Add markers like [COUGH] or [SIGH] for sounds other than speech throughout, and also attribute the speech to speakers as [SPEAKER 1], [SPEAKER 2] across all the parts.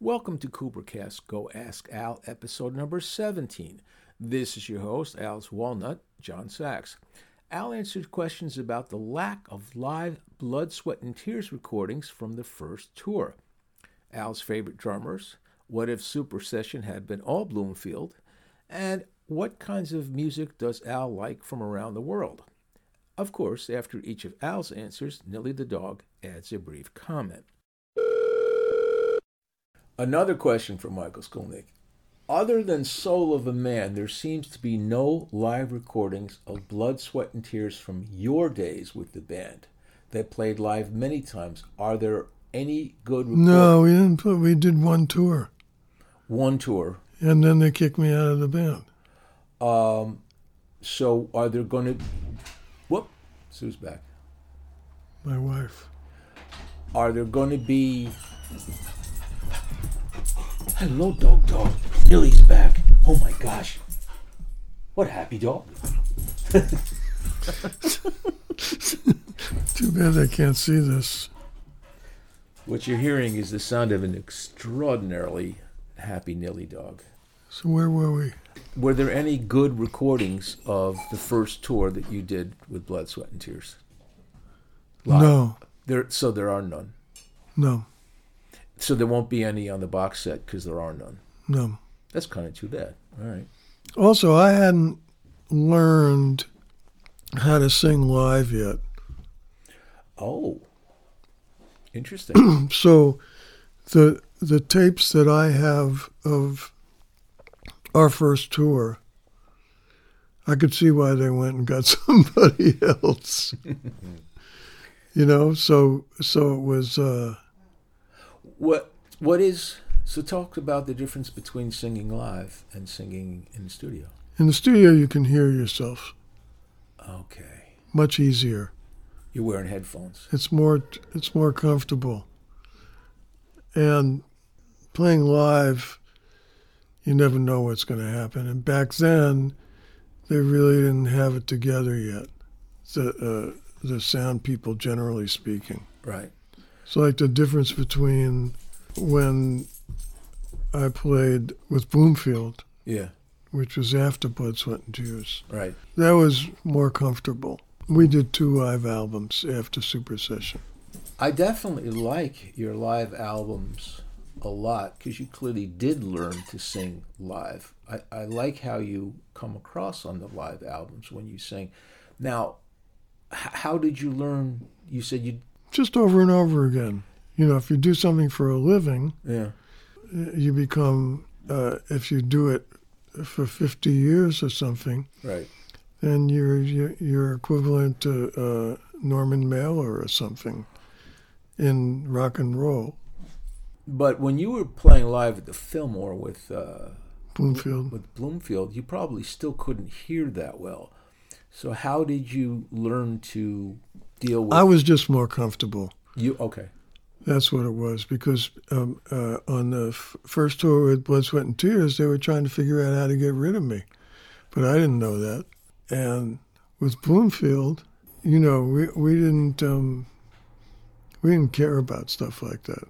[SPEAKER 1] Welcome to Coopercast Go Ask Al, episode number 17. This is your host, Al's Walnut, John Sachs. Al answered questions about the lack of live blood, sweat, and tears recordings from the first tour. Al's favorite drummers, what if Super Session had been all Bloomfield, and what kinds of music does Al like from around the world? Of course, after each of Al's answers, Nilly the dog adds a brief comment. Another question from Michael Skolnick. Other than Soul of a Man, there seems to be no live recordings of Blood, Sweat, and Tears from your days with the band. They played live many times. Are there any good recordings?
[SPEAKER 2] No, we didn't. Put, we did one tour,
[SPEAKER 1] One tour.
[SPEAKER 2] and then they kicked me out of the band.
[SPEAKER 1] Um, so are there going to. Whoop, Sue's back.
[SPEAKER 2] My wife.
[SPEAKER 1] Are there going to be? Hello, dog, dog. Billy's back. Oh my gosh! What a happy dog!
[SPEAKER 2] Too bad they can't see this.
[SPEAKER 1] What you're hearing is the sound of an extraordinarily happy Nilly dog.
[SPEAKER 2] So where were we?
[SPEAKER 1] Were there any good recordings of the first tour that you did with Blood, Sweat, and Tears? Live.
[SPEAKER 2] No,
[SPEAKER 1] There, so there are none.
[SPEAKER 2] no,
[SPEAKER 1] So there won't be any on the box set because there are none.
[SPEAKER 2] no.
[SPEAKER 1] That's kind of too bad. All right.
[SPEAKER 2] Also, I hadn't learned how to sing live yet.
[SPEAKER 1] Oh, interesting. [COUGHS]
[SPEAKER 2] So the the tapes that I have of our first tour, I could see why they went and got [LAUGHS] somebody else. you know, so so it was. Uh,
[SPEAKER 1] What what is so talk about the difference between singing live and singing in the studio.
[SPEAKER 2] In the studio, you can hear yourself
[SPEAKER 1] Okay.
[SPEAKER 2] much easier.
[SPEAKER 1] You're wearing headphones.
[SPEAKER 2] It's more it's more comfortable. And playing live, you never know what's going to happen. And back then, they really didn't have it together yet. The uh, the sound people, generally speaking.
[SPEAKER 1] Right.
[SPEAKER 2] So like the difference between when I played with Bloomfield,
[SPEAKER 1] Yeah.
[SPEAKER 2] which was after Blood, Sweat and Tears.
[SPEAKER 1] Right.
[SPEAKER 2] That was more comfortable. We did two live albums after Super Session.
[SPEAKER 1] I definitely like your live albums a lot because you clearly did learn to sing live. I, I like how you come across on the live albums when you sing. Now, h- how did you learn? You said you.
[SPEAKER 2] Just over and over again. You know, if you do something for a living,
[SPEAKER 1] Yeah.
[SPEAKER 2] you become, uh, if you do it for 50 years or something,
[SPEAKER 1] Right.
[SPEAKER 2] then you're, you're you're equivalent to uh, Norman Mailer or something in rock and roll,
[SPEAKER 1] But when you were playing live at the Fillmore with. Uh,
[SPEAKER 2] Bloomfield.
[SPEAKER 1] with Bloomfield, you probably still couldn't hear that well. So how did you learn to deal with
[SPEAKER 2] I was just more comfortable.
[SPEAKER 1] you? Okay,
[SPEAKER 2] That's what it was because um, uh, on the f- first tour with Blood, Sweat, and Tears, they were trying to figure out how to get rid of me, but I didn't know that. And with Bloomfield, you know, we we didn't um, we didn't care about stuff like that.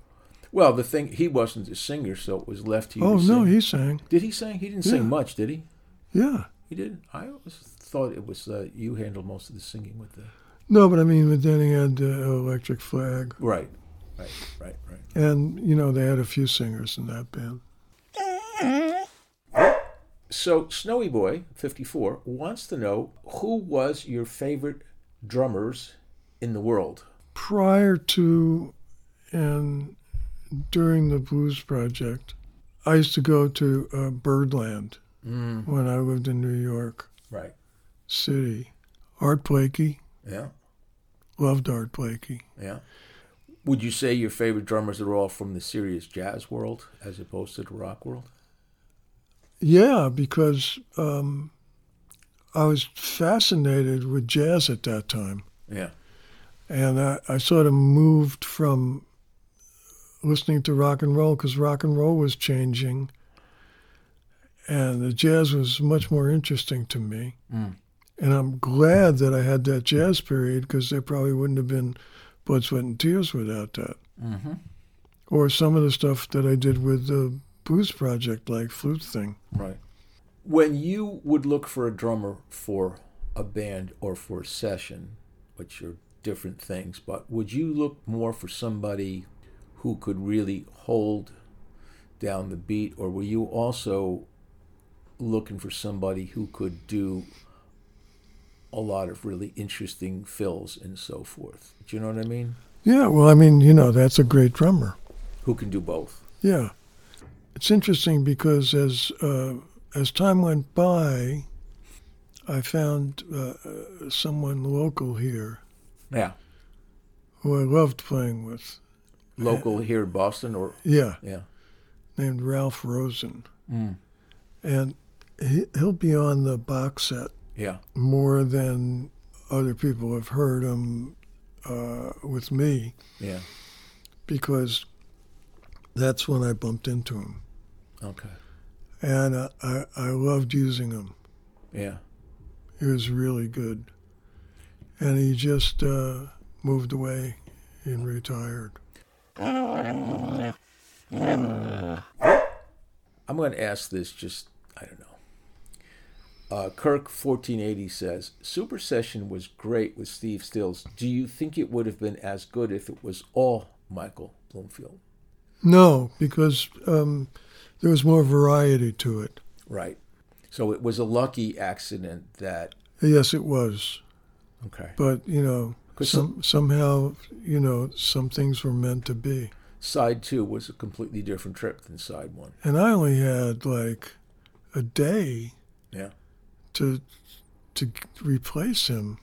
[SPEAKER 1] well the thing he wasn't a singer, so it was left to you.
[SPEAKER 2] oh
[SPEAKER 1] to
[SPEAKER 2] no,
[SPEAKER 1] sing.
[SPEAKER 2] he sang.
[SPEAKER 1] did he sing? He didn't
[SPEAKER 2] Yeah.
[SPEAKER 1] sing much, did he?
[SPEAKER 2] Yeah,
[SPEAKER 1] He did. I always thought it was uh, you handled most of the singing with the
[SPEAKER 2] no, but I mean, but then he had the Electric Flag,
[SPEAKER 1] right, right, right, right.
[SPEAKER 2] and you know, they had a few singers in that band.
[SPEAKER 1] So Snowy Boy fifty four wants to know who was your favorite drummers in the world.
[SPEAKER 2] prior to and during the Blues Project, I used to go to uh, Birdland when I lived in New York
[SPEAKER 1] Right.
[SPEAKER 2] City. Art Blakey,
[SPEAKER 1] Yeah.
[SPEAKER 2] loved Art Blakey.
[SPEAKER 1] Yeah. Would you say your favorite drummers are all from the serious jazz world as opposed to the rock world?
[SPEAKER 2] Yeah, because um, I was fascinated with jazz at that time.
[SPEAKER 1] Yeah.
[SPEAKER 2] And I, I sort of moved from listening to rock and roll because rock and roll was changing. And the jazz was much more interesting to me. And I'm glad that I had that jazz period because there probably wouldn't have been Blood, Sweat, and Tears without that. or some of the stuff that I did with the blues project, like flute thing.
[SPEAKER 1] Right. When you would look for a drummer for a band or for a session, which are different things, but would you look more for somebody who could really hold down the beat, or were you also looking for somebody who could do a lot of really interesting fills and so forth? Do you know what I mean?
[SPEAKER 2] Yeah, well, I mean, you know, that's a great drummer.
[SPEAKER 1] Who can do both?
[SPEAKER 2] Yeah, it's interesting because as uh, as time went by, I found uh, someone local here
[SPEAKER 1] Yeah.
[SPEAKER 2] who I loved playing with.
[SPEAKER 1] Local here in Boston, or
[SPEAKER 2] Yeah,
[SPEAKER 1] yeah,
[SPEAKER 2] named Ralph Rosen, and he, he'll be on the box set
[SPEAKER 1] yeah,
[SPEAKER 2] more than other people have heard him uh, with me
[SPEAKER 1] yeah.
[SPEAKER 2] because that's when I bumped into him,
[SPEAKER 1] Okay.
[SPEAKER 2] and I I, I loved using him.
[SPEAKER 1] Yeah.
[SPEAKER 2] He was really good. And he just uh, moved away and retired.
[SPEAKER 1] I'm going to ask this just, I don't know. Uh, Kirk1480 says Super Session was great with Steve Stills. Do you think it would have been as good if it was all Michael Bloomfield?
[SPEAKER 2] No, because um, there was more variety to it.
[SPEAKER 1] Right. So it was a lucky accident that.
[SPEAKER 2] Yes, it was.
[SPEAKER 1] Okay.
[SPEAKER 2] But, you know,
[SPEAKER 1] 'Cause
[SPEAKER 2] some, somehow, you know, some things were meant to be.
[SPEAKER 1] Side two was a completely different trip than side one.
[SPEAKER 2] And I only had like a day
[SPEAKER 1] Yeah.
[SPEAKER 2] to to replace him.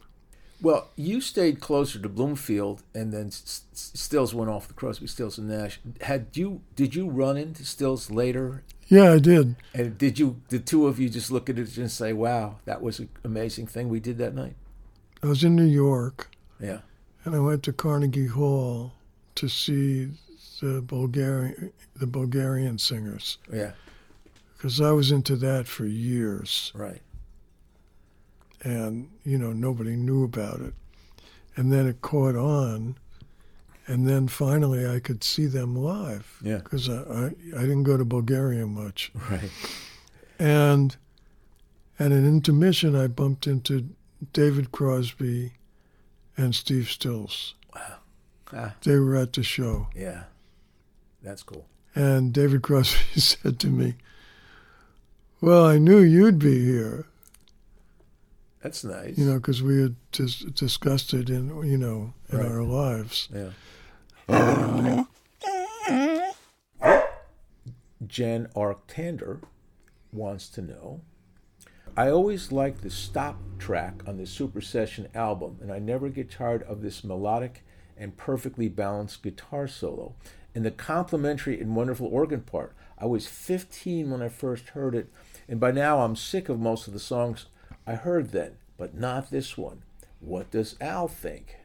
[SPEAKER 1] Well, you stayed closer to Bloomfield, and then S- S- Stills went off the Crosby, Stills, and Nash. Had you did you run into Stills later
[SPEAKER 2] Yeah, I did.
[SPEAKER 1] And did you, the two of you, just look at it and say, "Wow, that was an amazing thing we did that night"?
[SPEAKER 2] I was in New York.
[SPEAKER 1] Yeah,
[SPEAKER 2] and I went to Carnegie Hall to see the Bulgarian the Bulgarian singers
[SPEAKER 1] yeah,
[SPEAKER 2] because I was into that for years,
[SPEAKER 1] right,
[SPEAKER 2] and you know nobody knew about it, and then it caught on, and then finally I could see them live
[SPEAKER 1] yeah, [LAUGHS]
[SPEAKER 2] because I, I I didn't go to Bulgaria much,
[SPEAKER 1] right,
[SPEAKER 2] and at an intermission I bumped into David Crosby and Steve Stills.
[SPEAKER 1] Ah.
[SPEAKER 2] They were at the show.
[SPEAKER 1] yeah. That's cool.
[SPEAKER 2] And David Crosby [LAUGHS] said to me, Well, I knew you'd be here,
[SPEAKER 1] That's nice.
[SPEAKER 2] you know, because we had dis- discussed it in, you know, in our lives.
[SPEAKER 1] Yeah. Jen Arctander wants to know. I always like the stop track on the Super Session album, and I never get tired of this melodic and perfectly balanced guitar solo and the complimentary and wonderful organ part. I was 15 when I first heard it, and by now I'm sick of most of the songs I heard then, but not this one. What does Al think?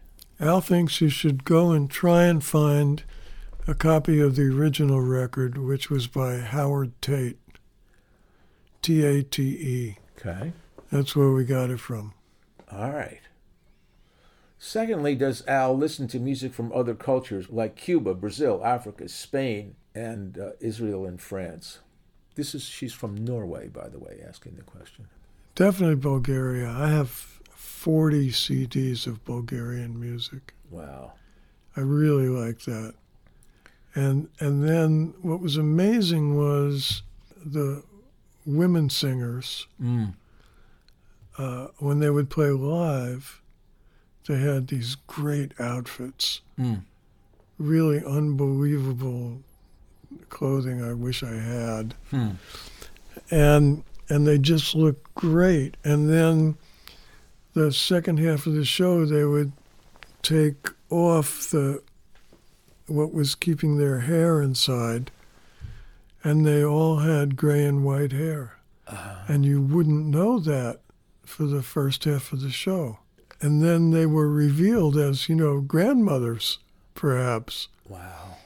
[SPEAKER 2] Al thinks you should go and try and find a copy of the original record, which was by Howard Tate, T A T E.
[SPEAKER 1] Okay.
[SPEAKER 2] That's where we got it from.
[SPEAKER 1] All right. Secondly, does Al listen to music from other cultures like Cuba, Brazil, Africa, Spain, and uh, Israel and France? This is she's from Norway, by the way, asking the question.
[SPEAKER 2] Definitely Bulgaria. I have 40 CDs of Bulgarian music.
[SPEAKER 1] Wow.
[SPEAKER 2] I really liked that. And and then what was amazing was the women singers uh, when they would play live, they had these great outfits, really unbelievable clothing. I wish I had, and and they just looked great. And then the second half of the show, they would take off the what was keeping their hair inside, and they all had gray and white hair, and you wouldn't know that for the first half of the show, and then they were revealed as you know grandmothers, perhaps,
[SPEAKER 1] Wow.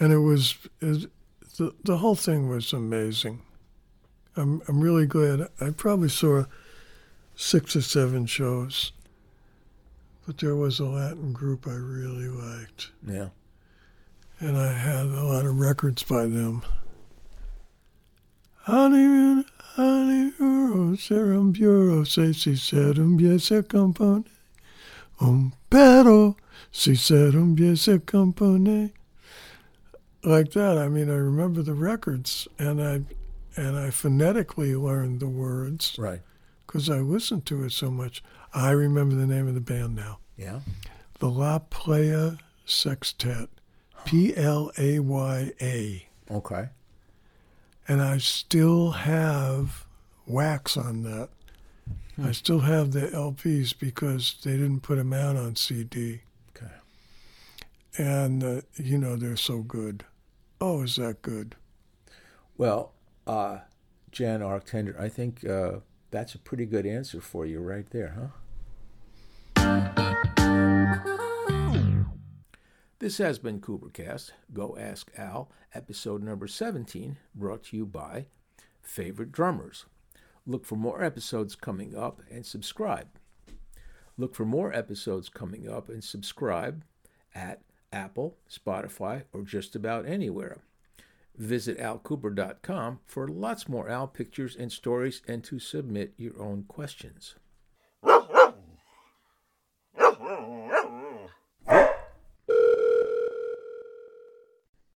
[SPEAKER 2] and it was it, the the whole thing was amazing. I'm I'm really glad. I probably saw six or seven shows, but there was a Latin group I really liked
[SPEAKER 1] Yeah.
[SPEAKER 2] and I had a lot of records by them. Honey, honey, euro, serum, bureau, say, si serum, yes, a compone. Un pero, si serum, yes, a compone. Like that. I mean, I remember the records, and I and I phonetically learned the words
[SPEAKER 1] Right.
[SPEAKER 2] because I listened to it so much. I remember the name of the band now.
[SPEAKER 1] Yeah.
[SPEAKER 2] The La Playa Sextet, P L A Y A.
[SPEAKER 1] Okay.
[SPEAKER 2] And I still have wax on that. I still have the LPs because they didn't put them out on CD.
[SPEAKER 1] Okay.
[SPEAKER 2] And, uh, you know, they're so good. Oh, is that good?
[SPEAKER 1] Well, uh, Jan Arctender, I think uh, that's a pretty good answer for you right there, huh? This has been Coopercast. Go Ask Al, episode number 17, brought to you by Favorite Drummers. Look for more episodes coming up and subscribe. Look for more episodes coming up and subscribe at Apple, Spotify, or just about anywhere. Visit alcooper.com for lots more owl pictures and stories and to submit your own questions.